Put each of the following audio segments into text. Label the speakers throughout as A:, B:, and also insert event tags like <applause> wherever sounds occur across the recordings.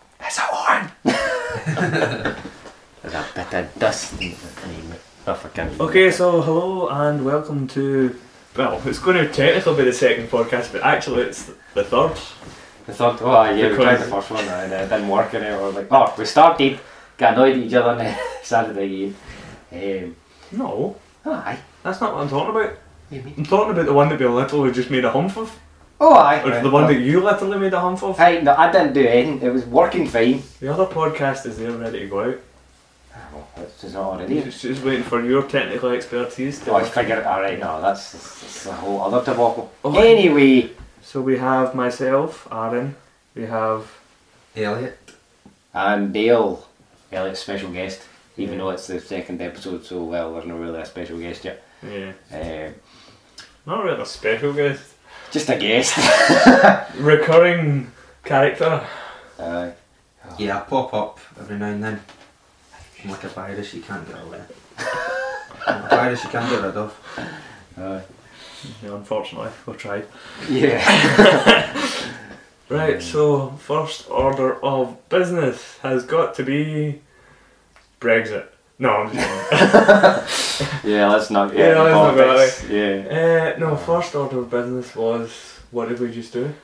A: <laughs> There's a bit of dust in the name. I forget.
B: Okay, so hello and welcome to. Well, it's going to technically be the second podcast, but actually it's the third.
A: The third, oh aye, yeah, we tried the
B: Because-
A: first one and it didn't work and we were like, oh, we started, got annoyed at each other <laughs> and started again. Um,
B: No,
A: oh aye.
B: that's not what I'm talking about.
A: What do you mean?
B: I'm talking about the one that we literally just made a hump of,
A: Oh aye.
B: or
A: right,
B: the one
A: oh.
B: that you literally made a hump of.
A: Aye, no, I didn't do anything. It was working fine.
B: The other podcast is there ready to go out.
A: Oh, it's just not already.
B: It's just waiting for your technical expertise.
A: Oh, I
B: To
A: figured, alright, no, that's, that's a whole other debacle.
B: Oh, aye.
A: anyway,
B: so we have myself, Aaron. We have
C: Elliot.
A: and Dale, Elliot's special guest, even
B: Yeah.
A: though it's the second episode, so well, there's not really a special guest yet.
B: yeah,
A: Um,
B: not really a special guest,
A: just a guest. <laughs>
B: recurring character.
A: uh,
C: Yeah, I pop up every now and then. I'm like a virus you can't get away. I'm a virus you can't get rid of.
A: uh,
B: Yeah, unfortunately, we tried.
A: yeah.
B: Right, so first order of business has got to be Brexit. No, I'm just kidding.
A: Yeah, let's not
B: Yeah,
A: get into
B: let's not go
A: politics. Yeah.
B: uh, no, first order of business was what did we just do?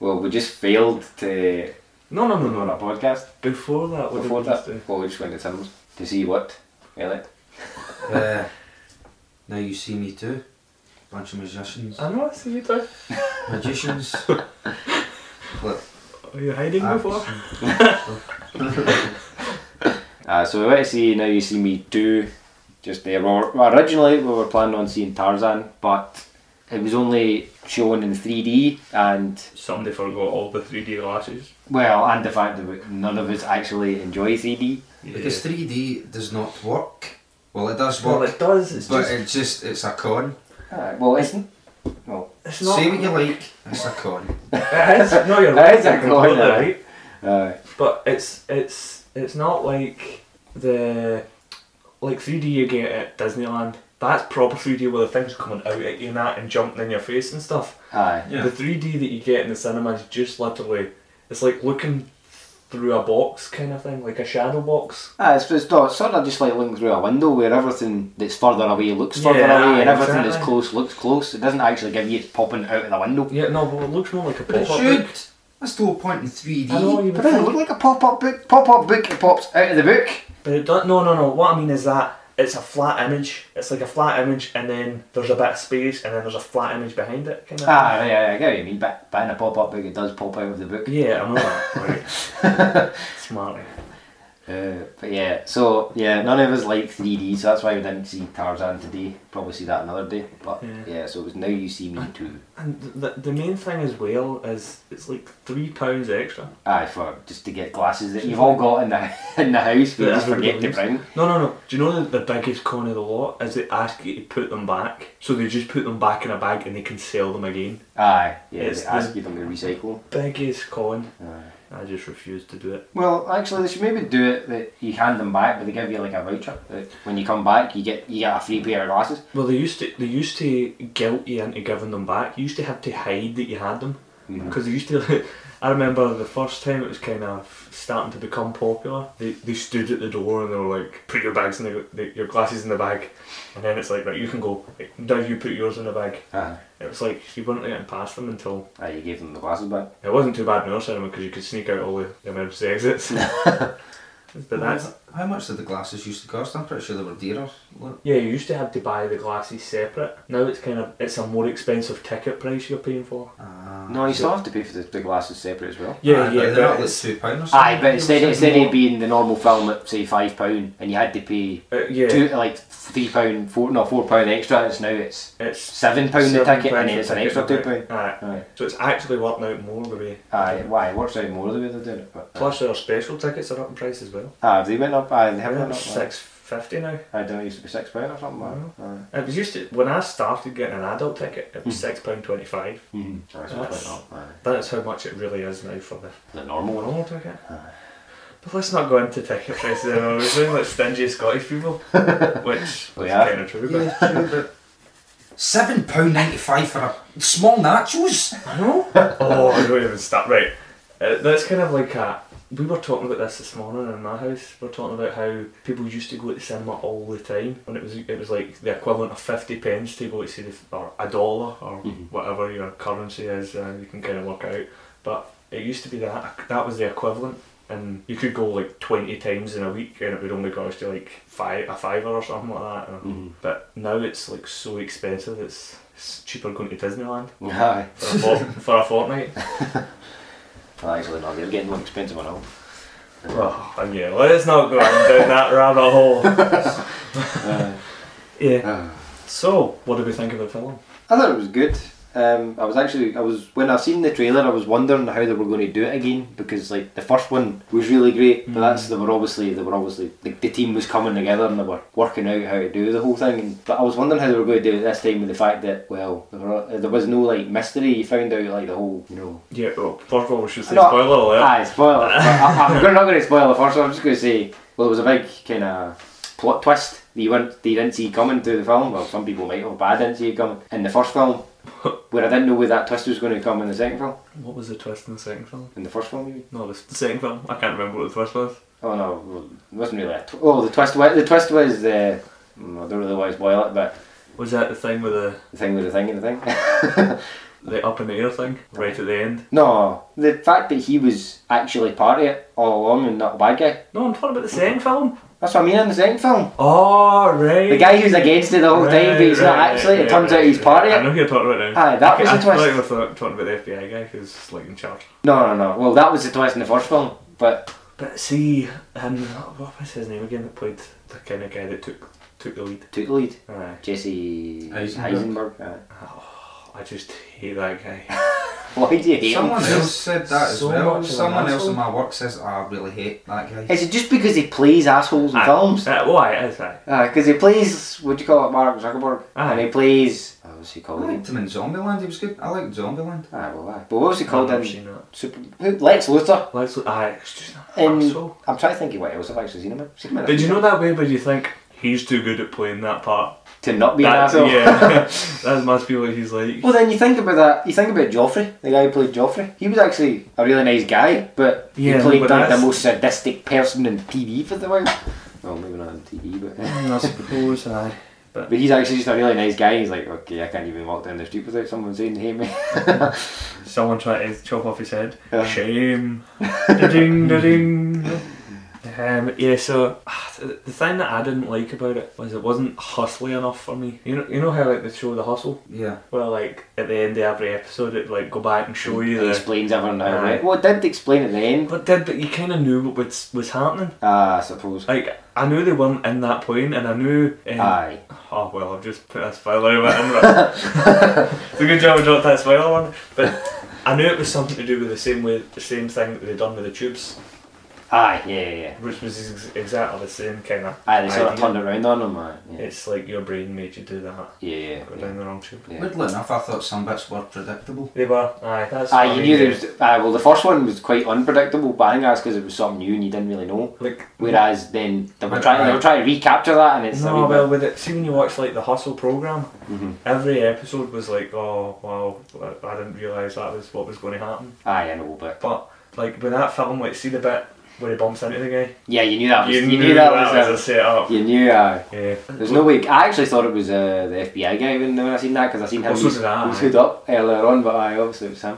A: Well, we just failed to
B: No, no, no, no,
A: run a
B: no.
A: podcast
B: Before that, what
A: before
B: did we
A: that.
B: just do?
A: Well, we just went to cinemas to see what, Elliot?
C: Uh, <laughs> now you see me too. Bunch of musicians.
B: I know, I see you do.
C: Magicians.
B: <laughs>
C: Look,
B: Are you hiding
C: acts
B: before?
C: and stuff.
A: Uh, so we went to see Now You See Me 2 just there. We were- well, originally, we were planning on seeing Tarzan, but it was only shown in 3D and
B: Somebody forgot all the 3D glasses.
A: Well, and the fact that we- none of us actually enjoy 3D.
C: because 3D does not work. Well, it does
B: well,
C: work,
B: it does. It's
C: but
B: just
C: it's just it's a con.
A: Alright, well, it's n-
B: it's not.
C: Say what you like, it's a con.
B: <laughs> It is. No, you're
A: It
B: right.
A: is
B: You're
A: a con,
B: completely
A: yeah.
B: right.
A: uh,
B: But it's it's it's not like the like 3D you get at Disneyland. That's proper 3D where the things are coming out at you and that and jumping in your face and stuff.
A: aye.
C: Yeah.
B: The 3D that you get in the cinema is just literally it's like looking through a box kind of thing, like a shadow box.
A: Ah, it's, it's not- sort of just like looking through a window where everything that's further away looks further
B: Yeah,
A: away and everything that's
B: exactly.
A: close looks close. It doesn't actually give you it's popping out of the window.
B: Yeah, no, but it looks more like a
C: But it
B: pop-up
C: should.
B: book.
C: That's the whole point in 3D.
B: I know you
A: But
B: would
A: it doesn't
B: think
A: look like a pop-up book. Pop-up book, it pops out of the book.
B: But it don't, no, no, no. What I mean is that it's a flat image. It's like a flat image, and then there's a bit of space, and then there's a flat image behind it. Kind of.
A: Ah, right, yeah, I get what you mean. But, but in a pop-up book, it does pop out of the book.
B: Yeah, I know that. <laughs> Right. <laughs> Smart.
A: Uh, but yeah, so yeah, none of us like 3D, so that's why we didn't see Tarzan today. Probably see that another day. But
B: Yeah.
A: yeah, so it was Now You See Me Too.
B: And the, the main thing as well is it's like three pounds extra.
A: Aye, for just to get glasses that you've all got in the <laughs> in the house, we
B: That
A: just
B: everybody
A: forget to
B: leaves.
A: bring.
B: No, no, no. Do you know the, the biggest con of the lot is they ask you to put them back, so they just put them back in a bag and they can sell them again.
A: Aye, yeah,
B: It's
A: they ask you them to recycle.
B: Biggest con.
A: Aye.
B: I just refuse to do it.
A: Well, actually, they should maybe do it that you hand them back, but they give you like a voucher that when you come back, you get you get a free pair of glasses.
B: Well, they used to they used to guilt you into giving them back. You used to have to hide that you had them. because they used to. <laughs> I remember the first time it was kind of starting to become popular. They, they stood at the door and they were like, "Put your bags in the, the your glasses in the bag," and then it's like, "Right, you can go. Like, now you put yours in the bag."
A: Aye,
B: It was like you weren't getting past them until
A: Uh-huh. Aye, you gave them the glasses back.
B: it wasn't too bad in our cinema because you could sneak out all the, the emergency exits. but that's
C: How much did the glasses used to cost? I'm pretty sure they were dearer. Look,
B: yeah. You used to have to buy the glasses separate. Now it's kind of it's a more expensive ticket price you're paying for.
C: ah.
A: Uh-huh. No, you still have to pay for the, the glasses separate as well.
B: Yeah, yeah.
C: Aye, but
B: but
C: They're not like
B: it's-
C: two pound or something.
A: Aye, but instead instead
B: more-
A: of being the normal film at say five pound, and you had to pay
B: uh, yeah,
A: two like three pound four no four pound extra, it's now it's
B: it's
A: seven pound the
B: seven
A: ticket, and
B: pounds
A: then
B: a
A: it's an
B: ticket,
A: extra two pound.
B: Aye.
A: Aye.
B: So it's actually working out more the way.
A: Aye, why? It works out more the way they're doing it. But, uh,
C: Uh,
B: Plus, our special tickets are up in price as well.
A: aye, have they went up? Aye, they have
B: They're
A: went up. Aye.
B: six fifty now.
A: I don't know, it used to be six pound or something. Aye. Aye.
B: It was used to when I started getting an adult ticket. It was
A: Hmm.
B: six pound twenty five.
A: Mm. That's
B: That's-
A: up. Aye.
B: That's how much it really is now for the
A: The normal one.
B: normal ticket. But let's not go into ticket prices. anymore.
A: <laughs>
B: We're doing like stingy Scottish people, which is
A: We are.
B: kind of true. But
C: Yeah, true, but seven pound ninety five for a small nachos.
B: I know. Oh, I don't even start. Right, uh, that's kind of like a we were talking about this this morning in my house. We are talking about how people used to go to the cinema all the time, and it was it was like the equivalent of fifty pence to go to see the f- or a dollar or
A: Mhm.
B: whatever your currency is. Uh, you can kind of work out, but it used to be that that was the equivalent, and you could go like twenty times in a week, and it would only cost you like five a fiver or something like that. and-
A: Mhm.
B: But now it's like so expensive. It's, it's cheaper going to Disneyland
A: Aye.
B: for a, fort- for a fortnight.
A: Well, actually, no, they're getting more expensive on all.
B: Oh, and yeah, let's not go down that rabbit hole.
A: Uh,
B: Yeah.
A: uh.
B: So, what did we think of the film?
A: I thought it was good. Um, I was actually, I was when I seen the trailer, I was wondering how they were going to do it again because like the first one was really great, but that's they were obviously they were obviously like the team was coming together and they were working out how to do the whole thing. And, but I was wondering how they were going to do it this time with the fact that well there, were, there was no like mystery. You found out like the whole you know.
B: Yeah, well, first of all, we should say
A: No,
B: spoiler alert.
A: Aye,
B: <laughs>
A: spoiler. But I, I'm not going to spoil the first one. I'm just going to say well, it was a big kind of plot twist that you weren't, that you didn't see coming through the film. Well, some people might have, but I didn't see it coming in the first
B: <laughs>
A: film. Where I didn't know where that twist was going to come in the second film.
B: What was the twist in the second film?
A: In the first film, maybe?
B: No, the s- the second film. I can't remember what the twist was.
A: Oh no, well, it wasn't really a tw- Oh, the twist, wa- the twist was the. mm, I don't really want to spoil it, but
B: Was that the thing with the,
A: the thing with the thing and the thing. <laughs>
B: the up in the air thing right at the end?
A: no, the fact that he was actually part of it all along and not a bad guy.
B: No, I'm talking about the second film.
A: That's what I mean in the second film.
B: Oh, right.
A: The guy who's against it the whole time, but he's not
B: right,
A: actually.
B: right,
A: it turns
B: right,
A: out he's
B: right.
A: part of
B: I
A: it.
B: know who you're talking about now.
A: Aye, that was
B: I
A: the twist.
B: I thought you were talking about the FBI guy who's like in charge.
A: No, no, no. Well, that was the twist in the first film, but
B: But see, um, what was his name again that played the kind of guy that took took the lead?
A: took the lead.
B: Aye.
A: Jesse
C: Eisenberg.
A: Heisenberg. aye.
B: I just hate that guy.
A: Why do you hate him?
C: Someone
B: He's
C: else said that as
B: so
C: well.
B: much of an
C: Someone else
B: asshole.
C: in my work says, "Oh, I really hate that guy.
A: Is it just because he plays assholes in
B: Aye.
A: films?
B: Uh, why is that?
A: Because he plays, what do you call it, Mark Zuckerberg?
B: Aye.
A: And he plays. Oh, what's he
C: I
A: called?
C: liked him in Zombieland. He was good. I liked Zombieland.
A: Aye, well, aye. But what was he called
B: I've never
A: in
B: seen that.
A: Super. Who, Lex Luthor?
B: Let's look- aye, it's just not
A: In,
B: asshole.
A: I'm trying to think of what else I've actually seen him in. Seen him in a
B: Did
A: few
B: you know
A: things.
B: that way where you think he's too good at playing that part?
A: To not be an
B: That's
A: asshole.
B: yeah. <laughs> that must be what he's like.
A: Well, then you think about that. You think about Joffrey, the guy who played Joffrey. He was actually a really nice guy, but
B: Yeah,
A: he played
B: but
A: like the
B: that's-
A: most sadistic person in TV for the while. Well, maybe not on TV, but.
B: I suppose I.
A: <laughs> But he's actually just a really nice guy. He's like, okay, I can't even walk down the street without someone saying, hey,
B: <laughs>
A: mate.
B: Someone tried to chop off his head.
A: Yeah.
B: Shame. da-ding, da-ding. Um, yeah, so ah, th- the thing that I didn't like about it was it wasn't hustly enough for me. You know, you know how like the show The Hustle,
C: Yeah.
B: where like at the end of every episode it like go back and show you
A: He
B: the.
A: explains everything now,
B: Aye.
A: right? Well, it did explain at the end.
B: But did but you kind of knew what was was happening.
A: Ah, I suppose.
B: Like I knew they weren't in that plane, and I knew. Um,
A: Aye.
B: Oh well, I've just put a spoiler over it. in, but-
A: <laughs>
B: it's a good job I dropped that spoiler one. But I knew it was something to do with the same way, the same thing that they'd done with the tubes,
A: Aye, yeah, yeah, yeah.
B: which was ex- exactly the same kind of.
A: Aye, they sort of
B: idea.
A: turned around on him, aye. Yeah,
B: It's like your brain made you do that.
A: yeah, yeah.
B: Go
A: yeah.
B: down the wrong tube.
A: Yeah.
C: Weirdly enough, I thought some bits were predictable.
B: They were. Aye, that's.
A: Aye,
B: what
A: you
B: I
A: knew
B: mean.
A: there was. Aye, well, the first one was quite unpredictable, but I think that's because it was something new and you didn't really know.
B: Like.
A: Whereas then they were trying, they were trying to recapture that, and it's a
B: No,
A: wee
B: well, with it, see when you watch like the Hustle program,
A: bit- Mhm.
B: every episode was like, oh wow, I I didn't realise that was what was going to happen.
A: Aye, I know, but
B: But like with that film, like see the bit where he bumps into the guy.
A: yeah, you knew that was. You, knew, that, was.
B: a setup.
A: a, you knew. uh, Aye.
B: Yeah.
A: There's no way. I actually thought it was uh, the FBI guy when, when I seen that because I seen him.
B: Well, so
A: he's-
B: did I,
A: he's
B: aye.
A: hood up earlier on, but I obviously it was him.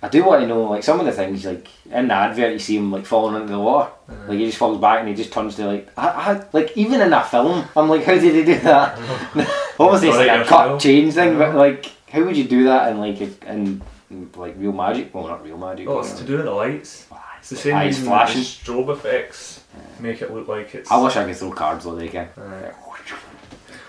A: I do want to know like some of the things like in the advert you see him like falling into the water,
B: Uh-huh.
A: like he just falls back and he just turns to like I, I like even in that film I'm like <laughs> how did he do
B: <laughs>
A: that? Obviously it's
B: Thought
A: like
B: it
A: a cut
B: yourself.
A: change thing, but
B: Yeah.
A: like how would you do that in like a, in like real magic? Well, not real magic.
B: Well,
A: but,
B: Oh,
A: ah,
B: it's
A: uh,
B: to do with the lights. It's the same
A: Eyes
B: reason that the
A: flashing.
B: strobe effects make it look like it's.
A: I wish I could throw cards all day again.
B: Aye.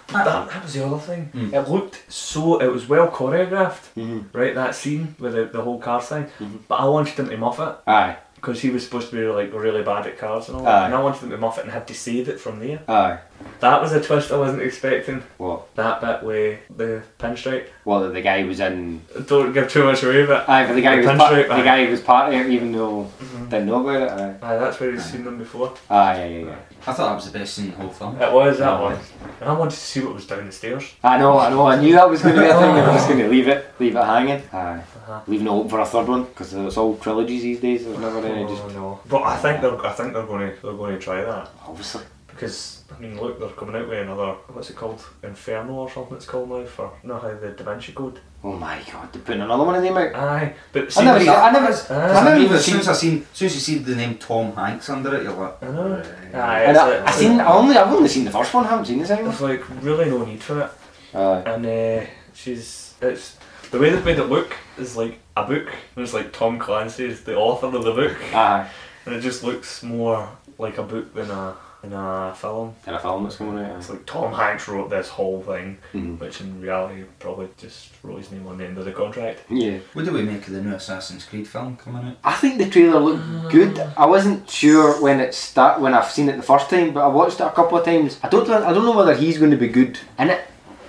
B: that, that was the other thing.
C: Hmm.
B: It looked so. It was well choreographed,
A: Mhm.
B: right? That scene with the, the whole car thing.
A: Mhm.
B: But I wanted them to muff it
A: Aye,
B: because he was supposed to be like really bad at cars and all.
A: Aye.
B: that. And I wanted them to muff it and had to save it from there.
A: aye.
B: That was a twist I wasn't expecting.
A: What?
B: That bit with the pinstripe.
A: Well, that the guy was in.
B: Don't give too much away, but
A: Aye, but the guy
B: The
A: was part.
B: pinstripe,
A: The
B: aye.
A: guy was part of it, even though didn't know about it. Aye.
B: mm-hmm. aye, that's where we've seen them before.
A: Ah, yeah, yeah, yeah.
C: I thought that was the best scene in the whole film.
B: It was that one. And I wanted to see what was down the stairs.
A: I know, I know. I knew that was going to be a thing, and I was going to leave it, leave it hanging. Aye.
B: Uh-huh.
A: Leave no hope for a third one because it's all trilogies these days. There's never any. Just Oh.
B: Oh, no. But I think they're I think they're going to they're going to try that
A: obviously.
B: because I mean look they're coming out with another what's it called Inferno or something it's called now for you know how the Da Vinci Code.
A: Oh my god, they're putting another one in there.
B: Aye, but
A: I
B: see,
A: never,
B: with
A: even-
B: that-
A: I never,
B: Ah.
A: I
C: I
A: never
C: mean,
A: even
C: as soon
A: seen.
C: as I seen, as soon as you see the name Tom Hanks under it, you're like,
B: I know.
C: "Eh."
B: Aye,
A: And
B: it's
A: I,
B: like-
A: I seen. I only, I've only seen the first one. I haven't seen the second one.
B: There's like really no need for it.
A: Aye.
B: and uh, she's it's the way they've made it look is like a book and it's like Tom Clancy is the author of the book
A: Aye.
B: and it just looks more like a book than a than a film.
A: And a film that's coming out.
B: It's like Tom Hanks wrote this whole thing,
A: Mhm.
B: which in reality probably just wrote his name on the end of the contract.
A: Yeah.
C: What do we make of the new Assassin's Creed film coming out?
A: I think the trailer looked good. I wasn't sure when it start when I've seen it the first time, but I watched it a couple of times. I don't know- I don't know whether he's going to be good in it.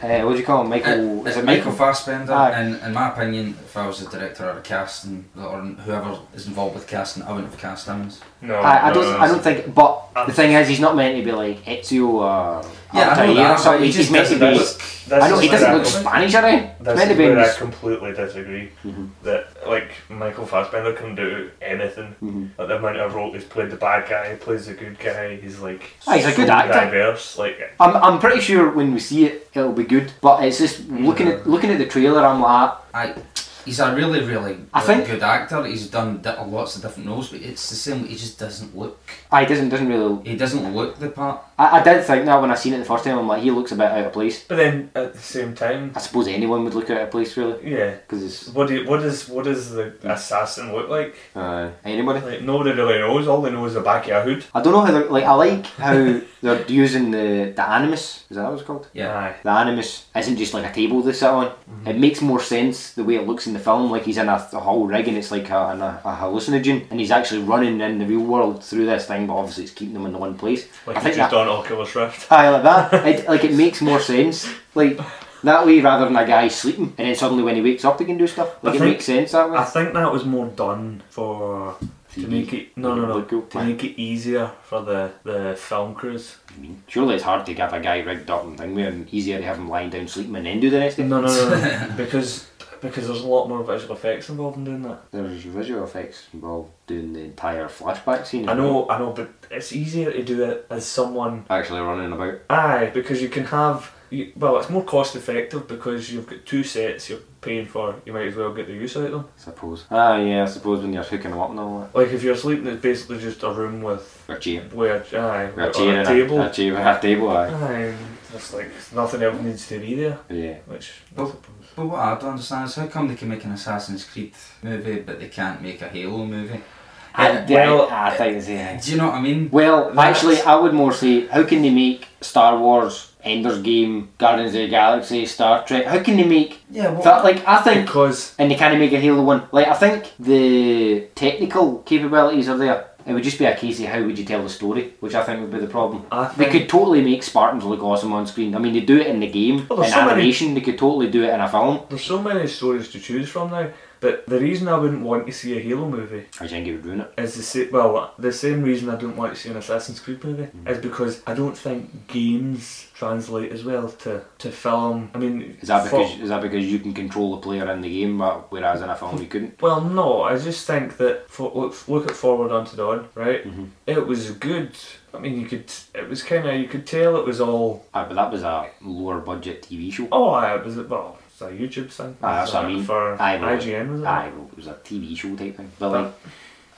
A: Uh, what do you call him, Michael?
C: It-
A: is
C: it's
A: it
C: Michael
A: Michael?
C: Fassbender,
A: Aye.
C: and in my opinion, if I was the director or the casting or whoever is involved with casting, I wouldn't have cast him. as-
B: No,
A: I, I don't. I don't think. But the thing is, he's not meant to be like Ezio or
C: Uh, Yeah, I know
A: Altair
C: that,
A: or something.
C: but he
A: He's
C: just
A: meant to
C: doesn't
A: be.
C: look-
A: I know he doesn't look Spanish, are he? It's
B: That's
A: meant to be.
B: where I
A: his-
B: completely disagree.
A: Mhm.
B: That like Michael Fassbender can do anything.
A: Mhm.
B: Like the amount of role he's played the bad guy, he plays the good guy. He's like
A: Ah, he's a
B: so
A: good actor.
B: Diverse, like
A: I'm, I'm pretty sure when we see it, it'll be good. But it's just looking at looking at the trailer. I'm like, ah,
C: I, he's a really, really
A: I
C: good-
A: think-
C: good actor. He's done di- lots of different roles, but it's the same. He just doesn't look.
A: I doesn't doesn't really.
C: He doesn't look the part.
A: I, I did think that when I seen it the first time. I'm like, he looks a bit out of place.
B: But then at the same time,
A: I suppose anyone would look out of place really.
B: yeah.
A: Because it's
B: What do you, what is what does the assassin look like?
A: uh, anybody.
B: Like nobody really knows. All they know is the back of a hood.
A: I don't know how they're like. I like how <laughs> they're using the the animus. Is that what it's called?
C: Yeah.
B: Aye.
A: The animus isn't just like a table they sit on. It makes more sense the way it looks in the film. Like he's in a, a whole rig and it's like a, an- a, a hallucinogen, and he's actually running in the real world through this thing. But obviously, it's keeping them in the one place.
B: Like
A: I
B: he's
A: think
B: just
A: that,
B: on Oculus Rift.
A: aye, like
B: <laughs>
A: that. It, like it makes more sense. Like. That way, rather than a guy sleeping and then suddenly when he wakes up, he can do stuff. Like
B: I
A: it
B: think-
A: makes sense that way.
B: I think that was more done for to make it no no no
A: Look cool.
B: to make it easier for the the film crews.
A: Surely it's hard to get a guy rigged up and thing with him. Easier to have him lying down sleeping and then do the next day.
B: No, no, no, no. <laughs> because because there's a lot more visual effects involved in doing that.
A: There's visual effects involved doing the entire flashback scene.
B: I know, I know, but it's easier to do it as someone.
A: Actually running about.
B: Aye, because you can have. You, well, it's more cost effective because you've got two sets you're paying for. You might as well get the use out of them.
A: I suppose. Ah, yeah, I suppose when you're hooking them up and all that.
B: Like if you're sleeping, it's basically just a room with
A: Or cheating.
B: where aye,
A: Or
B: on
A: cheating.
B: a table.
A: A, cheating a table, aye.
B: Aye, it's like nothing else needs to be there,
A: Yeah.
B: which. I
C: Well,
B: suppose-
C: But what I don't understand is how come they can make an Assassin's Creed movie, but they can't make a Halo movie?
A: I,
C: well,
A: I, I think it's yeah.
C: Do you know what I mean?
A: Well,
C: That's-
A: actually, I would more say, how can they make Star Wars, Ender's Game, Guardians of the Galaxy, Star Trek? How can they make
C: Yeah. What,
A: that? Like, I think
B: Because
A: and they kind of make a Halo one. Like I think the technical capabilities are there. It would just be a case of how would you tell the story, which I think would be the problem.
B: I
A: They
B: think
A: could totally make Spartans look awesome on screen. I mean, they do it in the game,
B: Well, Oh, there's
A: in
B: so many-
A: animation. They could totally do it in a film.
B: there's so many stories to choose from now. But the reason I wouldn't want to see a Halo movie
A: I think it would ruin it.
B: is the same. Well, the same reason I don't want to see an Assassin's Creed movie
A: Mm.
B: is because I don't think games translate as well to, to film. I mean,
A: Is that
B: for-
A: because is that because you can control the player in the game, but whereas in a film you couldn't?
B: well, no. I just think that for, look look at Forward Onto Dawn, right?
A: Mhm.
B: It was good. I mean, you could. It was kind of you could tell it was all.
A: Aye, Ah, but that was a lower budget TV show.
B: Oh, aye, it was well. It's a YouTube thing.
A: Aye, Ah, that's what I mean.
B: For
A: Aye, well,
B: IGN was it?
A: Aye, well, it was a TV show type thing. But
B: But-
A: like,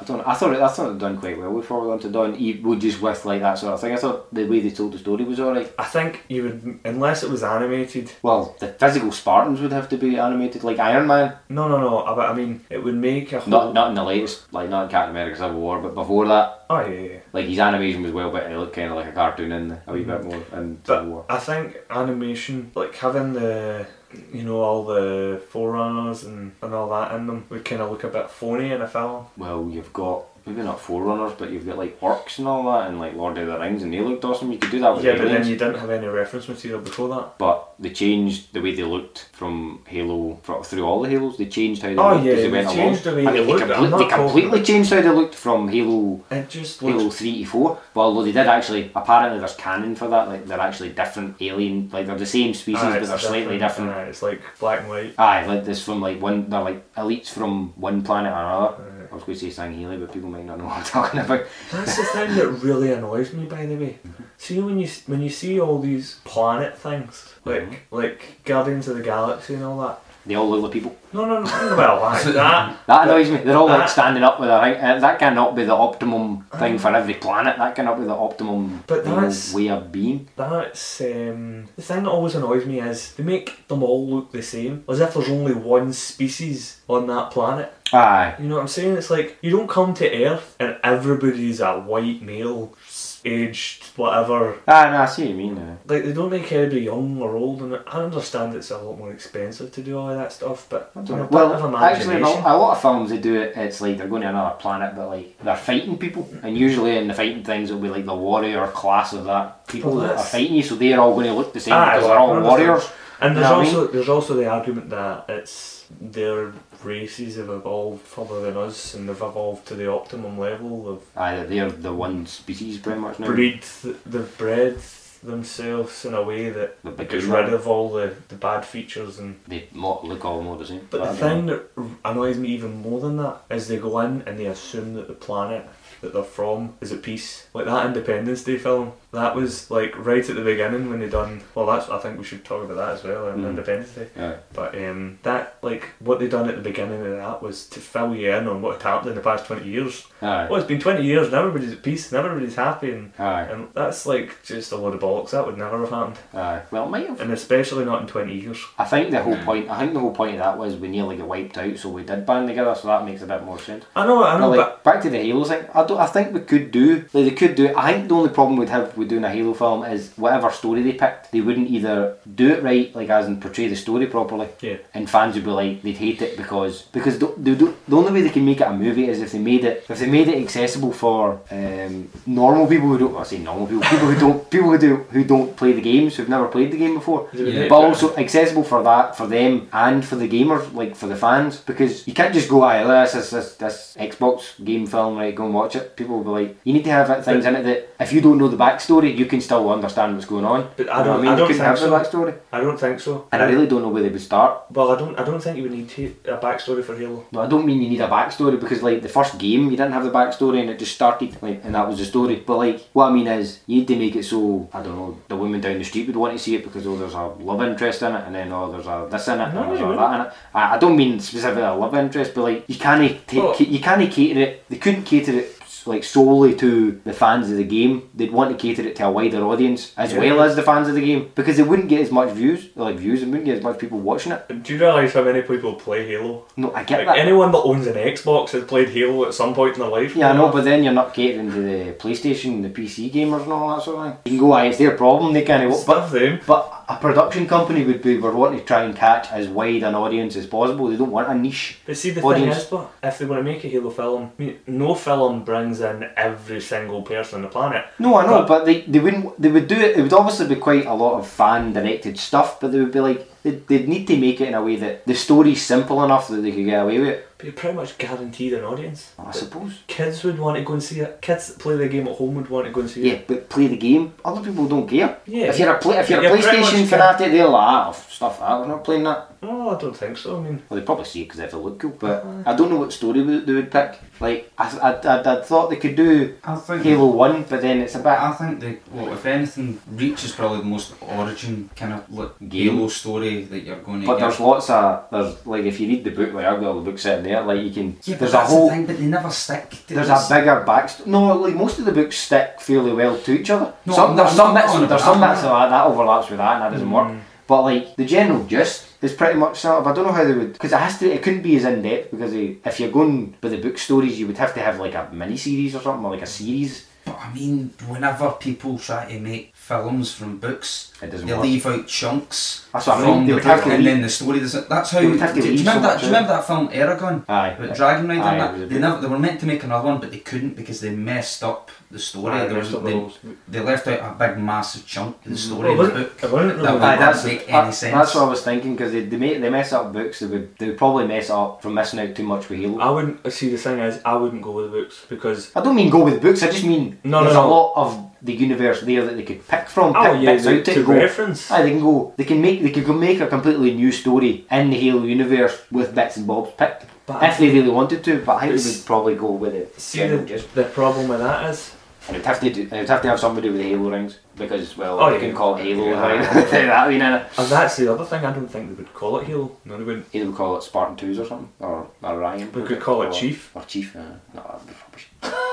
A: I don't. know, I thought it. I thought it done quite well with Forward Onto Dawn. e- well, Just with like that sort of thing. I thought the way they told the story was alright.
B: I think you would unless it was animated.
A: Well, the physical Spartans would have to be animated like Iron Man.
B: No, no, no. But I mean, it would make a whole.
A: Not not in the latest, like not in Captain America Civil War, but before that,
B: oh yeah, yeah, yeah.
A: like his animation was well, but it looked kind of like a cartoon in the, a wee bit more in Civil War.
B: Mm-hmm. But I think animation, like having the, you know, all the forerunners and, and all that in them, would kind of look a bit phony in a film.
A: Well, you've got maybe not Forerunners, but you've got like orcs and all that, and like Lord of the Rings, and they looked awesome. You could do that with
B: Yeah, but
A: aliens.
B: then you didn't have any reference material before that.
A: But they changed the way they looked from Halo fro- through all the Halos. They changed how they
B: Oh,
A: looked
B: yeah,
A: as they
B: they
A: went
B: changed
A: along.
B: the way
A: I mean,
B: they looked,
A: They,
B: I'm not
A: comple- they
B: talking-
A: completely changed how they looked from Halo
B: It just
A: Halo
B: looks.
A: three to four. Well, although they did actually, apparently there's canon for that. Like they're actually different alien, like they're the same species,
B: Aye,
A: but
B: ah, it's
A: they're slightly Ah, different.
B: Aye, it's like black and white.
A: Aye, like this from like one, they're like elites from one planet or another.
B: Aye.
A: I was going to say Sangheili, but people might not know what I'm talking about.
B: That's the thing that really annoys me, by the way. See when you when you see all these planet things, like
A: Mhm.
B: like Guardians of the Galaxy and all that.
A: They all look like people.
B: No, no, no. Well, like that.
A: That annoys me. They're all like
B: That-
A: standing up with their right. uh, That cannot be the optimum thing for every planet. That cannot be the optimum
B: But
A: you know,
B: that's-
A: way of being.
B: That's um, the thing that always annoys me is they make them all look the same, as if there's only one species on that planet.
A: Aye.
B: You know what I'm saying? It's like you don't come to Earth and everybody's a white male, s- aged whatever.
A: Ah, no, I see what you mean. now.
B: Like they don't make anybody young or old, and I understand it's a lot more expensive to do all of that stuff. But you know, a bit of
A: Well, actually,
B: imagination.
A: in a a lot of films they do it. It's like they're going to another planet, but like they're fighting people, and usually in the fighting things it'll be like the warrior class of that people
B: Well,
A: that are
B: that's-
A: fighting you, so they're all going to look the same
B: Oh, Aye,
A: because
B: well,
A: they're all
B: I understand.
A: warriors.
B: and there's
A: know what I
B: also there's also the argument that it's their races have evolved further than us, and they've evolved to the optimum level of
A: Aye, that they're the one species pretty much now.
B: breed. th- They've bred themselves in a way that
A: That
B: it
A: they
B: gets
A: do
B: rid
A: that.
B: of all the, the bad features and
A: They mo- look all more the same.
B: But
A: I
B: the
A: don't know.
B: thing that r- annoys me even more than that is they go in and they assume that the planet that they're from is at peace. Like that Independence Day film, that was like right at the beginning when they done. Well, that's I think we should talk about that as well. Um,
A: Mm.
B: Independence Day,
A: Aye.
B: but um, that like what they done at the beginning of that was to fill you in on what had happened in the past twenty years.
A: Aye.
B: Well, it's been twenty years and everybody's at peace and everybody's happy and.
A: Aye.
B: And that's like just a load of bollocks. That would never have happened,
A: Aye. Well, it might have.
B: and especially not in twenty years.
A: I think the whole
C: Mm.
A: point. I think the whole point of that was we nearly got wiped out, so we did band together. So that makes a bit more sense.
B: I know, I know,
A: But,
B: but
A: like, back to the Halo thing. I don't. I think we could do. Like they could do. I think the only problem we'd have with doing a Halo film is whatever story they picked, they wouldn't either do it right, like as in portray the story properly.
B: Yeah.
A: And fans would be like, they'd hate it because because the, the, the only way they can make it a movie is if they made it if they made it accessible for um, normal people who don't. I say normal people. People who don't. People who do who don't play the games who've never played the game before
C: Yeah.
A: but also accessible for that for them and for the gamers like for the fans because you can't just go aye this this this, this Xbox game film right go and watch it people will be like you need to have things in it that if you don't know the backstory you can still understand what's going on
B: But I
A: You know
B: don't-
A: what I mean
B: I
A: you
B: don't
A: couldn't have
B: think
A: the backstory
B: I don't think so.
A: and I really don't know where they would start
B: Well, I don't. I don't think you would need to, a backstory for Halo.
A: No, I don't mean you need a backstory because like the first game you didn't have the backstory and it just started like and that was the story. But like what I mean is you need to make it so I don't know the woman down the street would want to see it because oh there's a love interest in it and then oh there's a this in it
B: No,
A: and there's
B: you
A: a that in it. I, I don't mean specifically a love interest, but like you can't take
B: Well-
A: you can't cater it. They couldn't cater it like solely to the fans of the game. They'd want to cater it to a wider audience as
B: Yeah.
A: well as the fans of the game because they wouldn't get as much views like views and wouldn't get as much people watching it.
B: Do you realise how many people play Halo?
A: No, I get
B: Like
A: that.
B: anyone that owns an Xbox has played Halo at some point in their life.
A: Yeah, I know, but then you're not catering to the PlayStation, the PC gamers, and all that sort of thing. You can go, aye, it's their problem, they kind of. But,
B: stuff them.
A: but a production company would be, we're wanting to try and catch as wide an audience as possible. They don't want a niche.
B: But see, the
A: audience.
B: thing is, but if they want to make a Halo film, I mean, no film brings in every single person on the planet.
A: No, I know,
B: But-
A: but, they, they wouldn't. They would do it. It would obviously be quite a lot of fan directed stuff, but they would be like, they'd, they'd need to make it in a way that the story's simple enough that they could get away with it.
B: But you're pretty much guaranteed an audience.
A: I suppose.
B: Kids would want to go and see it. Kids that play the game at home would want to go and see
A: Yeah,
B: it.
A: but play the game. Other people don't care.
B: Yeah.
A: If you're a play, if you're, a
B: You're pretty
A: PlayStation
B: much can-
A: fanatic, they're like, ah, stuff that. We're not playing that.
B: No, Oh, I don't think so. I mean,
A: Well, they probably see it because they look cool, but I don't know what story would- they would pick. Like, I, I, I, I thought they could do
C: I think
A: Halo 1, but then it's a
C: I
A: bit.
C: think that well, if anything, Reach is probably the most origin kind of like
A: Game.
C: Halo story that you're going to
A: But
C: get.
A: there's lots of. there's Like, if you read the book, like, I've got all the books sitting there, like, you can.
C: yeah, but
A: there's a
C: that's
A: whole.
C: the thing, but they never stick. To
A: There's
C: this.
A: a bigger backstory. No, like most of the books stick fairly well to each other.
C: No,
A: some,
C: I'm
A: there's
C: not-
A: some
C: I'm not
A: bits,
C: on Mm. about
A: there's some
C: that.
A: bits of that, that overlaps with that, and that doesn't work. But like the general gist is pretty much set up. I don't know how they would because it has to. It couldn't be as in depth because eh, if you're going by the book stories, you would have to have like a mini series or something or like a series.
C: But I mean, whenever people try to make films from books,
A: It doesn't
C: they
A: work.
C: leave out chunks
A: That's what I
C: from
A: mean. They
C: the
A: would have
C: book,
A: to
C: and
A: leave.
C: then the story doesn't. That's how.
A: They would have to
C: do, you
A: leave
C: remember that?
A: something
C: Do you remember that film Eragon? With
A: Aye.
C: Dragon Rider
A: Aye,
C: and
A: it was
C: that,
A: a
C: they,
A: bit-
C: never, they were meant to make another one, but they couldn't because they messed up the story.
B: Aye,
C: There
B: messed
C: was-
B: up the
C: they,
B: rules.
C: they left out a big, massive chunk of the story
B: Mm. Well,
C: of the
B: it wasn't- it
C: book.
B: wasn't
C: That
B: really-
C: would
A: Aye,
C: not
A: that's,
C: make any
A: that-
C: sense.
A: that's what I was thinking because they, they, make, they mess up books, they would, they would probably mess up from messing out too much with Halo.
B: I wouldn't see the thing is I wouldn't go with the books because
A: I don't mean go with books, I just mean
B: No, no,
A: there's a
B: no.
A: lot of the universe there that they could pick from. Pick
B: oh yeah,
A: bits
B: to,
A: out to
B: to
A: go.
B: reference.
A: Aye, they can go. They can make. They could go make a completely new story in the Halo universe with bits and bobs picked,
B: But
A: if they really wanted to. But I think they
B: It's-
A: would probably go with it.
B: see the, the problem with that is
A: And it'd have to. Do, and it'd have to have somebody with the Halo rings because well,
B: Oh,
A: you
B: yeah.
A: can call it Halo.
C: Yeah.
A: right? <laughs> that you know,
B: and that's the other thing. I don't think they would call it Halo. No, they wouldn't.
A: either we call it Spartan twos or something, or Orion.
B: We could call it
A: or,
B: Chief.
A: Or Chief. Uh, no, that'd be rubbish.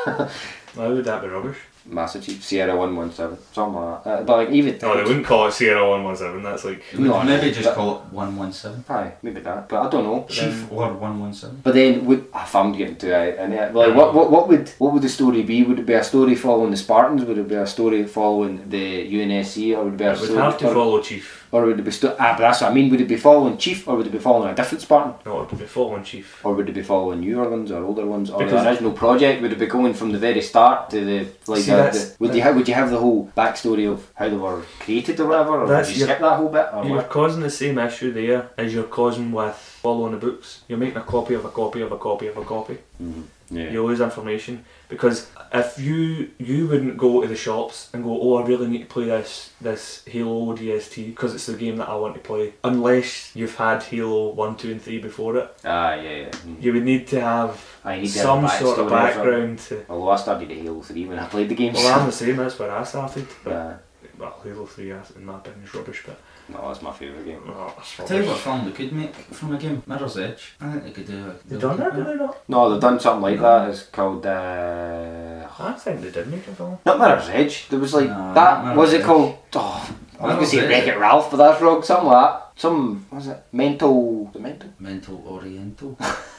B: Why would that be rubbish?
A: Master Chief, Sierra One One Seven, something like that. Uh, but like even
B: No, Oh, they wouldn't call it Sierra One One Seven. That's like
C: They would
A: No,
C: maybe just
A: but-
C: call it 117.
A: Aye, maybe that. But I don't know.
C: Chief or 117.
A: But then, would if I'm getting to it, and uh, like,
B: Uh-huh.
A: what, what, what would what would the story be? Would it be a story following the Spartans? Would it be a story following the UNSC? Or would it be a
B: it would
A: story,
B: have to
A: or,
B: follow Chief.
A: or would it be sto- ah, but that's what I mean. Would it be following Chief, or would it be following a different Spartan,
B: No, it would be following Chief.
A: or would it be following newer ones or older ones, or
B: Because-
A: the original project? Would it be going from the very start to the like? the,
B: See, that's-
A: the, would you have would you have the whole backstory of how they were created or whatever, or would
B: That's
A: you
B: your-
A: skip that whole bit? Or
B: You're
A: what?
B: causing the same issue there as you're causing with following the books. You're making a copy of a copy of a copy of a copy.
A: Mm-hmm. Yeah.
B: You lose information because if you you wouldn't go to the shops and go, oh, I really need to play this this Halo DST because it's the game that I want to play. Unless you've had Halo one, two, and three before it,
A: Ah, yeah, yeah. Mm.
B: you would need to have
A: I need to have
B: some
A: a
B: sort
A: backstory or
B: of
A: something.
B: background to.
A: Although I started at Halo 3 when I played the game.
B: Well,
A: <laughs>
B: I'm the same. That's where I started. But,
A: Uh,
B: Well, Halo three, I- in my opinion, is rubbish. But
A: no, that's my favourite game.
B: oh, it's
C: I tell you what
B: rubbish.
C: film they could make from a game, Mirror's Edge. I think they could do it.
B: They done that, did they not?
A: No, they've done something like that. It's called uh,
B: I think they did make a film.
A: not Mirror's Edge. There was like
C: No, not
A: that.
C: Mirror's
A: what was it
C: Edge.
A: called? Oh, I was going to
C: Mirror's
A: say
C: Edge.
A: Wreck It Ralph, but that's wrong. Something like that. Some what was it mental? Was it mental?
C: Mental Oriental.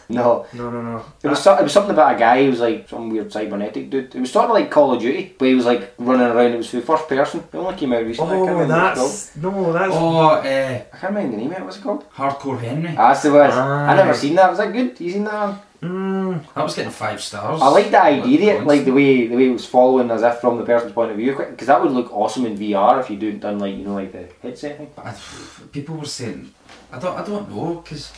A: No,
B: No, no, no.
A: it was so, it was something about a guy who was like some weird cybernetic dude. It was sort of like Call of Duty, but he was like running around. It was through first person. It only came out recently. I can't
B: Oh,
A: remember what it's called.
B: that's no, that's
C: oh, uh,
A: I can't remember the name. of It was it called?
C: Hardcore Henry.
A: Ah, that's the one. I
B: Aye.
A: never seen that. Was that good? You seen that? One?
B: Mm,
C: That was getting five stars.
A: I like the idea,
C: Like,
A: like the way the way it was following as if from the person's point of view, because that would look awesome in VR if you do done like you know like the headset thing.
C: I, people were saying, I don't, I don't know, because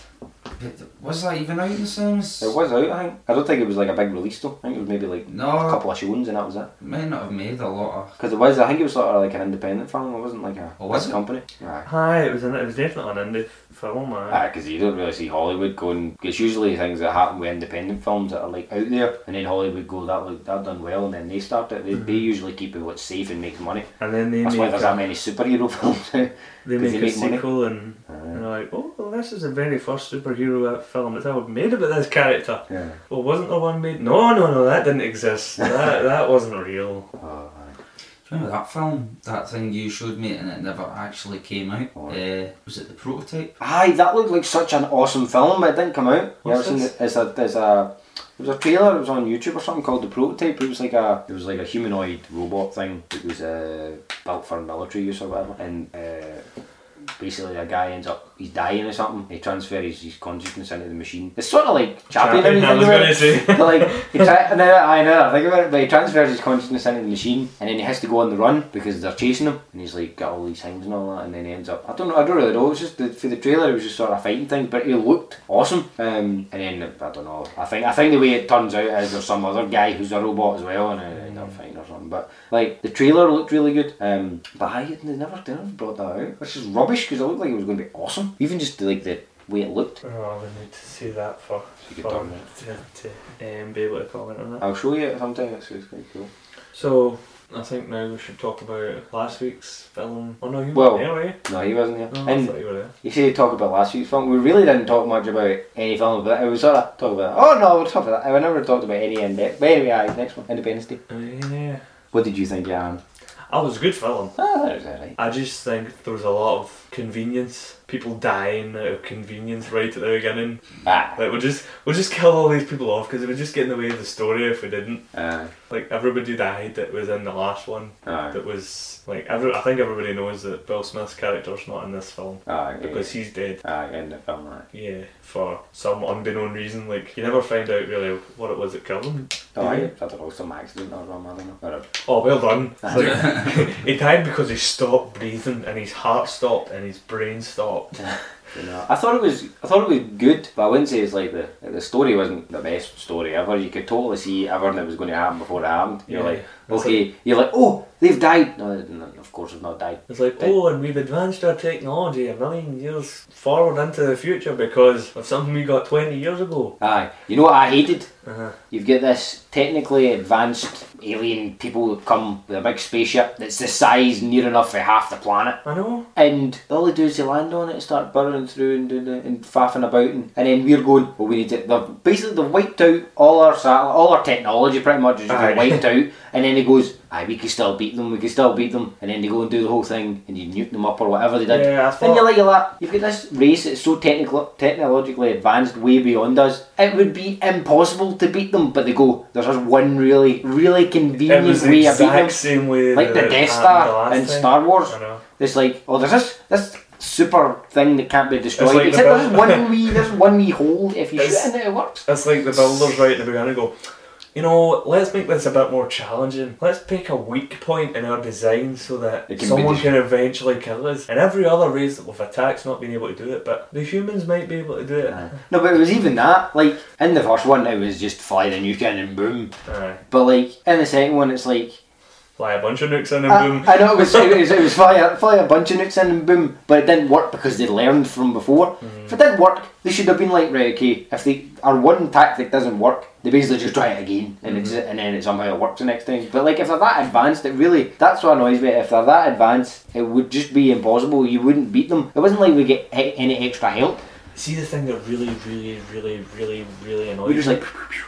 C: was that even out in the cinemas?
A: It was out, I think. I don't think it was like a big release though. I think it was maybe like a
C: No,
A: couple of showings and that was it.
C: may not have made a lot of.
A: Because it was, I think it was sort of like an independent film. It wasn't like a
C: Oh, was
A: big
C: it?
A: company. Aye.
B: hi, it was an, it was definitely an indie film, man.
A: because you don't really see Hollywood going. It's usually things that happen with independent films that are like out there, and then Hollywood go that look that done well, and then they start it. They, they usually keep it what's safe and makes money.
B: And then Mm-hmm. they
A: That's why
B: make
A: there's
B: a,
A: that many superhero <laughs> films. now.
B: they
A: 'cause
B: make
A: they
B: a
A: make money.
B: sequel and, and
A: Aye.
B: they're like, oh, well, this is the very first superhero film that's ever made about this character.
A: yeah.
B: Well, wasn't there one made? No, no, no, that didn't exist. That that wasn't real.
A: Oh, aye.
C: Do you remember that film? That thing you showed me and it never actually came out.
A: Oh.
C: Uh, was it the prototype?
A: Aye, that looked like such an awesome film, but it didn't come out. You ever
B: What's
A: seen
B: this?
A: it? It's a, it's a, it was a trailer. It was on YouTube or something called the Prototype. It was like a, it was like a humanoid robot thing. It was uh, built for military use or whatever, and. Uh, Basically, a guy ends up he's dying or something. He transfers his, his consciousness into the machine. It's sort of like Chappie. now you
B: I
A: think
B: was
A: about it.
B: gonna say.
A: But like he tra- now that I know that I think about it, but he transfers his consciousness into the machine, and then he has to go on the run because they're chasing him, and he's like got all these things and all that, and then he ends up. I don't know. I don't really know. It was just the, for the trailer, it was just sort of fighting things, but he looked awesome. Um, and then I don't know. I think I think the way it turns out is there's some other guy who's a robot as well, and they end up fighting or something. But like the trailer looked really good. Um, but I they never they never brought that out, which is rubbish because it looked like it was going to be awesome. Even just the, like the way it looked.
B: Oh, we need to see that for
A: You could
B: for-
A: done
B: to, to um, be able to comment on that.
A: I'll show you it sometime. It's, it's quite cool.
B: So I think now we should talk about last week's film. Oh no, you
A: Well,
B: weren't there, were you?
A: No, he wasn't here.
B: No, I
A: and
B: thought you were there.
A: You see, talk about last week's film. We really didn't talk much about any film, but it was sort of talk about. Oh no, we'll talk about that. I never talked about any in depth. But anyway, aye, next one, Independence Day.
B: Uh, yeah,
A: What did you think, Jan?
B: that was a good film.
A: Ah, that was alright.
B: I just think there was a lot of convenience. people dying out of convenience right at the beginning.
A: Ah.
B: Like we'll just we'll just kill all these people off because it would just get in the way of the story if we didn't.
A: Aye.
B: Like everybody died that was in the last one.
A: Aye.
B: That was like every, I think everybody knows that Bill Smith's character's not in this film
A: Aye.
B: because he's dead.
A: Aye. End the film. Aye.
B: Yeah, for some unbeknown reason. Like you never find out really what it was that killed him.
A: Oh,
B: Did
A: aye.
B: he?
A: I don't know. Some accident or something. I don't know. Or a-
B: Oh, well done.
A: Aye. <laughs>
B: Like, he died because he stopped breathing and his heart stopped and his brain stopped.
A: You know, I thought it was I thought it was good, but I wouldn't say it's like the like the story wasn't the best story ever. You could totally see everything that was going to happen before it happened. You're
B: Yeah.
A: like,
B: It's
A: okay, you're like, oh, they've died. No, they didn't. of course they've not died.
B: It's like, oh, and we've advanced our technology a million years forward into the future because of something we got 20 years ago.
A: Aye, you know what I hated?
B: Uh-huh.
A: You've got this technically advanced alien people that come with a big spaceship that's the size near enough for half the planet.
B: I know.
A: And all they do is they land on it and start burrowing through and doing it and faffing about and, and then we're going, well we need to they've basically they've wiped out all our sat- all our technology pretty much is just
B: Aye.
A: been wiped
B: <laughs>
A: out and then he goes, Aye, we can still beat them, we can still beat them and then they go and do the whole thing and you nuke them up or whatever they did.
B: Yeah, I thought-
A: And you're like, you're like you've got this race that's so technical technologically advanced way beyond us. It would be impossible to beat them, but they go, there's just one really really
B: It
A: convenient
B: was the
A: way of beating them.
B: exact same way
A: Like the
B: that it
A: Death
B: happened the
A: Star
B: last
A: in
B: time.
A: Star Wars.
B: I know.
A: It's like, oh, there's this this super thing that can't be destroyed.
B: like the
A: Except there's
B: bel-
A: one wee there's one wee hole. If you
B: It's-
A: shoot it, in it, it works.
B: It's like the builders right at the beginning go, you know, let's make this a bit more challenging. Let's pick a weak point in our design so that
A: It can be
B: someone
A: dis-
B: can eventually kill us. And every other race that we've attacked's not been able to do it, but the humans might be able to do it.
A: No, but it was even that. Like in the first one, it was just fly the nuke in and boom.
B: Aye.
A: But like in the second one, it's like
B: Fly a bunch of nukes in and boom.
A: Uh, I, I know it was it was, it was fly, a, fly a bunch of nukes in and boom, but it didn't work because they learned from before. If it did work, they should have been like right, okay. If they our one tactic doesn't work, they basically just try it again, and it's, and then it somehow works the next time. But like if they're that advanced, it really that's what annoys me. If they're that advanced, it would just be impossible. You wouldn't beat them. It wasn't like we get he- any extra help.
B: See the thing that really, really, really, really, really annoyed
A: We just
B: me?
A: like <laughs>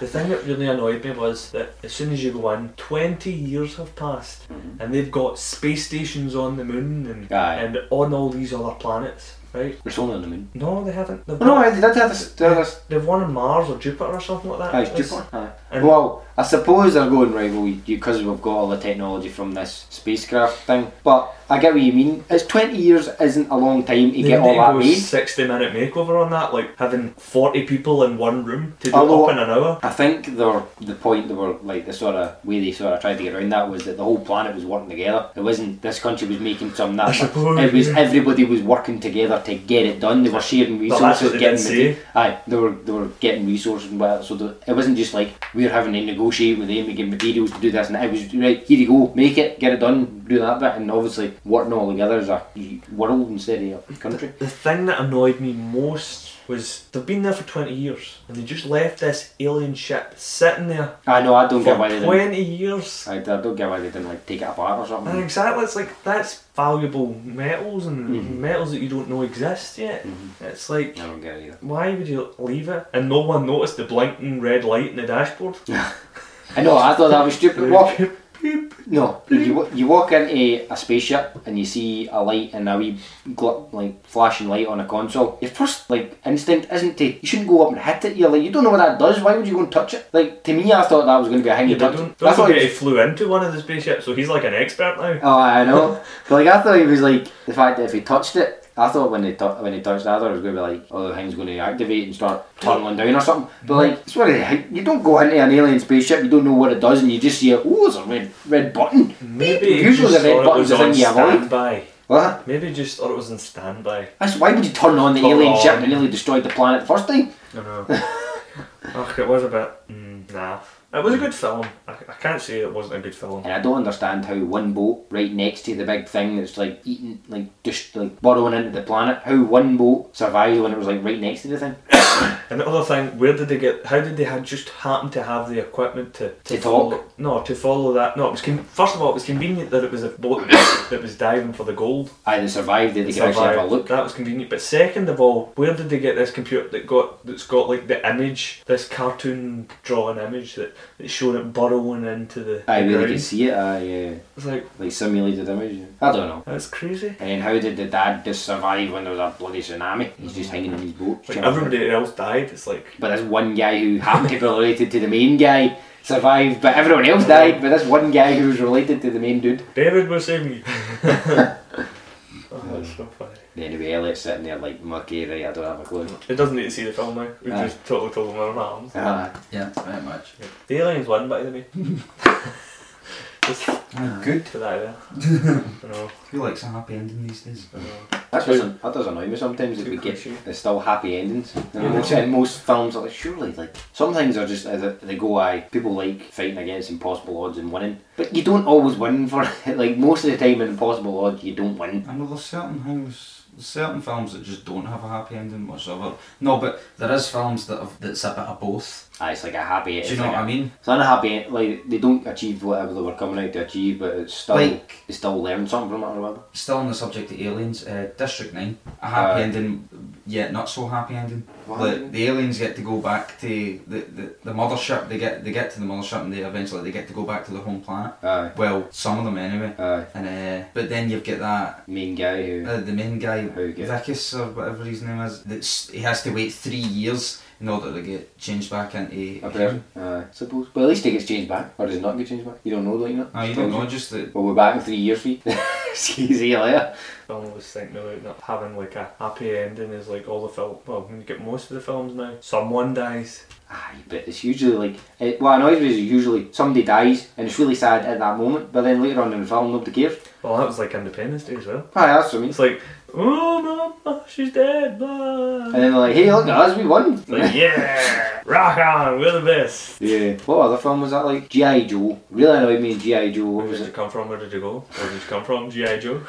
B: the thing that really annoyed me was that as soon as you go in, twenty years have passed, and they've got space stations on the moon and
A: Mm-hmm. Aye.
B: and on all these other planets, right?
A: we're only on the moon.
B: No, they haven't. They've
A: No,
B: got-
A: I did have this. Did have this.
B: they've one on Mars or Jupiter or something like that.
A: Aye,
B: It's-
A: Jupiter. Aye.
B: And-
A: uh, Well, I suppose they're going right. Well, because we've got all the technology from this spacecraft thing, but I get what you mean. It's twenty years isn't a long time to
B: They
A: get
B: need
A: all
B: to
A: that
B: go
A: made.
B: sixty minute makeover on that, like having forty people in one room to do
A: Although-
B: it up in an hour.
A: I think they were, the point they were like the sort of way they sort of tried to get around that was that the whole planet was working together. It wasn't this country was making some that.
B: I suppose,
A: it was
B: yeah.
A: everybody was working together to get it done. They were sharing
B: But
A: resources,
B: that's what they
A: getting
B: didn't
A: mate-
B: say.
A: aye, they were they were getting resources and whatever. So the, it wasn't just like we're having to negotiate with them to get materials to do this and that. it was right here you go, make it, get it done, do that bit, and obviously working all together as a world instead of a country.
B: The thing that annoyed me most was they've been there for 20 years and they just left this alien ship sitting there
A: I know I don't
B: for
A: get why they didn't.
B: 20 years.
A: I, I don't get why they didn't like take it apart or something.
B: And exactly, it's like that's valuable metals and
A: Mm-hmm.
B: metals that you don't know exist yet. It's like,
A: I don't get it either.
B: why would you leave it? And no one noticed the blinking red light in the dashboard.
A: I know, I thought that was stupid. Walk,
B: Beep.
A: no, you, wa- you walk into a spaceship and you see a light and a wee gl- like flashing light on a console. Your first like instinct isn't to you shouldn't go up and hit it. You're like you don't know what that does. Why would you go and touch it? Like to me, I thought that was going to be a hang
B: Yeah,
A: you
B: but
A: touch. I
B: don't don't
A: thought
B: forget
A: it
B: he
A: was-
B: flew into one of the spaceships, so he's like an expert now.
A: Oh, I know. <laughs> but like I thought it was like the fact that if he touched it, I thought when they tou- when he touched that, I thought it was going to be like, oh, the thing's going to activate and start tunneling down or something. But like, it's what it, you don't go into an alien spaceship, you don't know what it does, and you just see, oh, it's a red red button.
B: Maybe
A: Beep.
B: he
A: usually
B: just
A: the red
B: thought it
A: button's
B: was
A: the
B: on
A: thing you avoid.
B: standby.
A: What?
B: Maybe he just thought it was in standby.
A: That's why would you turn on the
B: Turn
A: alien ship
B: on.
A: and nearly destroyed the planet the first time?
B: I know. <laughs> Ugh, it was a bit. Mm, nah. It was a good film. I, I can't say it wasn't a good film.
A: And I don't understand how one boat right next to the big thing that's like eating, like just like burrowing into the planet, how one boat survived when it was like right next to the thing.
B: And the other thing, where did they get? How did they had just happen to have the equipment to
A: To talk.
B: Follow, no, to follow that. No, it was con- first of all, it was convenient that it was a boat <coughs> that was diving for the gold.
A: Either survived, did they could actually have a look?
B: That was convenient. But second of all, where did they get this computer that got that's got like the image, this cartoon drawing image that that's showing it burrowing into the.
A: I
B: the
A: really
B: ground.
A: can see it. Aye, uh,
B: It's like
A: like simulated image. yeah. I don't know.
B: that's crazy.
A: And then how did the dad just survive when there was a bloody tsunami? He's just hanging on his boat.
B: Like everybody else died. It's like
A: But this one guy who happened to be related to the main guy survived, but everyone else died. But this one guy who was related to the main dude.
B: David was saving you. <laughs> oh, that's so funny.
A: Anyway, Elliot's sitting there like mucky, right? I don't have a clue.
B: It doesn't need to see the film now. We've
A: Aye.
B: just totally told them our arms.
A: Ah,
C: Yeah, very much.
B: The aliens won, by the way. <laughs> just
C: Good.
B: put
A: <laughs>
B: that out there. I know,
C: I feel like it's a happy ending these days.
B: I know.
A: that doesn't that does annoy me sometimes that
B: Too
A: we get
B: cliche.
A: there's still happy endings. You know,
B: Yeah.
A: which in most films are like surely like sometimes they're just uh, they- they go I people like fighting against impossible odds and winning, but you don't always win for <laughs> it. Like most of the time in impossible odds you don't win.
C: I know there's certain things, certain films that just don't have a happy ending whatsoever. No, but there is films that have, that's a bit of both.
A: Ah, it's like a happy.
C: Do
A: it's
C: you know
A: like
C: what
A: a-
C: I mean?
A: It's unhappy. Like they don't achieve whatever they were coming out to achieve, but it's still
C: Like-
A: they still learn something from it or whatever.
C: Still on the subject of aliens, uh, District 9, a happy
A: Aye.
C: ending, yet not so happy ending.
A: Why?
C: Like, the aliens get to go back to the, the, the mothership, they get they get to the mothership and they eventually they get to go back to their home planet.
A: Aye,
C: Well, some of them anyway.
A: aye.
C: And uh, But then you've got that,
A: Main guy who
C: uh, the main guy,
A: who gets
C: Vicus or whatever his name is, that's, he has to wait three years in order to get changed back into
A: a person. Aye, suppose. But at least he gets changed back, or does he not get changed back? You don't know, don't you? Know?
C: No, you don't know, just that
A: Well, we're back in three years, <laughs> feet. See you later.
B: I always think about not having like a happy ending is like all the film. Well, when you get most of the films now, someone dies.
A: Aye, but Ah, it's usually like it, what annoys me is usually somebody dies and it's really sad at that moment, but then later on in the film nobody cares.
B: Well, that was like Independence Day as well.
A: Aye, that's what I mean.
B: It's like, oh mom, she's dead. Blah.
A: And then they're like, hey, look at us, we won. <laughs>
B: It's like yeah, rock on, we're the best.
A: Yeah. What other film was that like? G.I. Joe. Really annoyed me in G.I. Joe. What
B: Where
A: was
B: did
A: it?
B: you come from? Where did you go? Where did you come from? GI
A: <laughs>
B: Joe.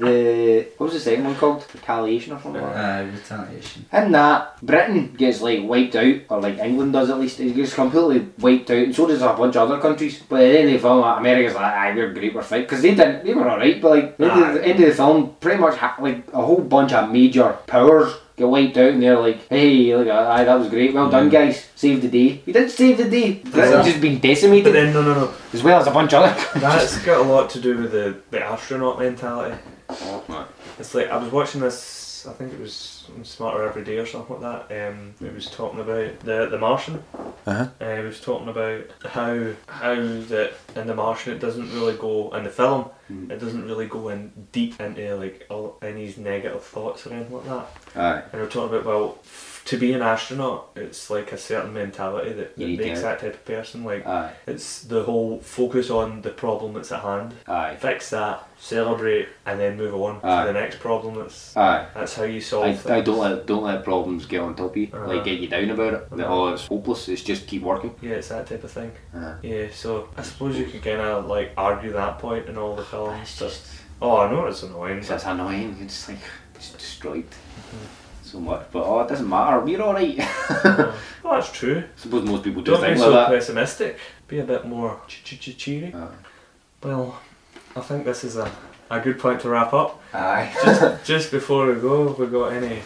A: The what was the second one called? Retaliation or something. like that?
C: uh, retaliation.
A: In that, Britain gets like wiped out, or like England does at least, it gets completely wiped out, and so does a bunch of other countries. But at the end of the film, like, America's like, "Aye, we're great, we're fine," because they didn't, they were alright. But like at the end of the- end of the film, pretty much ha- like a whole bunch of major powers get wiped out, and they're like, "Hey, look, aye, that was great, well done, guys, saved the day." You did save the day. Britain's just been
B: But <laughs>
A: decimated
B: then no, no, no.
A: as well as a bunch of other.
B: That's got a lot to do with the the astronaut mentality.
A: Right.
B: It's like I was watching this. I think it was on Smarter Every Day or something like that. Um, it was talking about the the Martian.
A: Uh-huh.
B: Uh, it was talking about how how that in the Martian it doesn't really go in the film.
A: Mm.
B: It doesn't really go in deep into like all any negative thoughts or anything like that.
A: <laughs> Aye.
B: And we're talking about well, f- to be an astronaut, it's like a certain mentality that,
A: You
B: that
A: need to-
B: makes that type of person. Like
A: Aye.
B: it's the whole focus on the problem that's at hand.
A: Aye.
B: Fix that, celebrate, and then move on
A: Aye.
B: to the next problem. That's
A: Aye.
B: that's how you solve.
A: I,
B: things.
A: I don't let don't let problems get on top of you,
B: Uh-huh.
A: like get you down about it. That oh, it's hopeless. It's just keep working.
B: Yeah, it's that type of thing.
A: Uh,
B: Yeah, so I suppose you could kind of like argue that point in all the films.
A: it's
B: but-
A: just
B: oh, I know it's annoying.
A: it's
B: But
A: just annoying. It's like it's destroyed
B: Mm-hmm.
A: so much, but oh, it doesn't matter. We're all right. <laughs>
B: uh, well, that's true.
A: suppose most people do
B: Don't be
A: think
B: so
A: like
B: pessimistic. Be a bit more ch- ch- ch- cheery.
A: that. Uh,
B: Well, I think this is a, a good point to wrap up.
A: aye.
B: Just just before we go, have we got any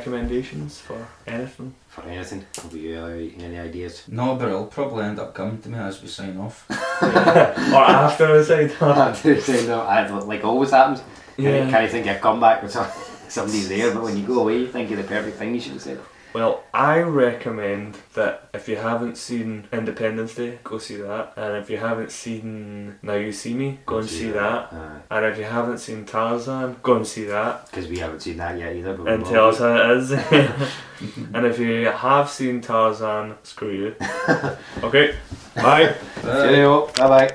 B: recommendations for
A: <laughs>
B: anything?
A: For anything, have you uh, any ideas? <laughs>
B: <laughs>
C: No, but it'll probably end up coming to me as we sign off.
B: or after I say that.
A: no, I, like always happens. Yeah.
B: Yeah.
A: Kind of think I come back with some, <laughs> somebody's there, but when you go away, you think of the perfect thing you should have said.
B: Well, I recommend that if you haven't seen Independence Day, go see that. And if you haven't seen Now You See Me, go and see that. And if you haven't seen Tarzan, go and see that
A: Because uh, we haven't seen that yet either. But we
B: and
A: will.
B: tell us how it is. <laughs> and if you have seen Tarzan, screw you. Okay, bye.
C: But-
A: Cheerio. Bye bye.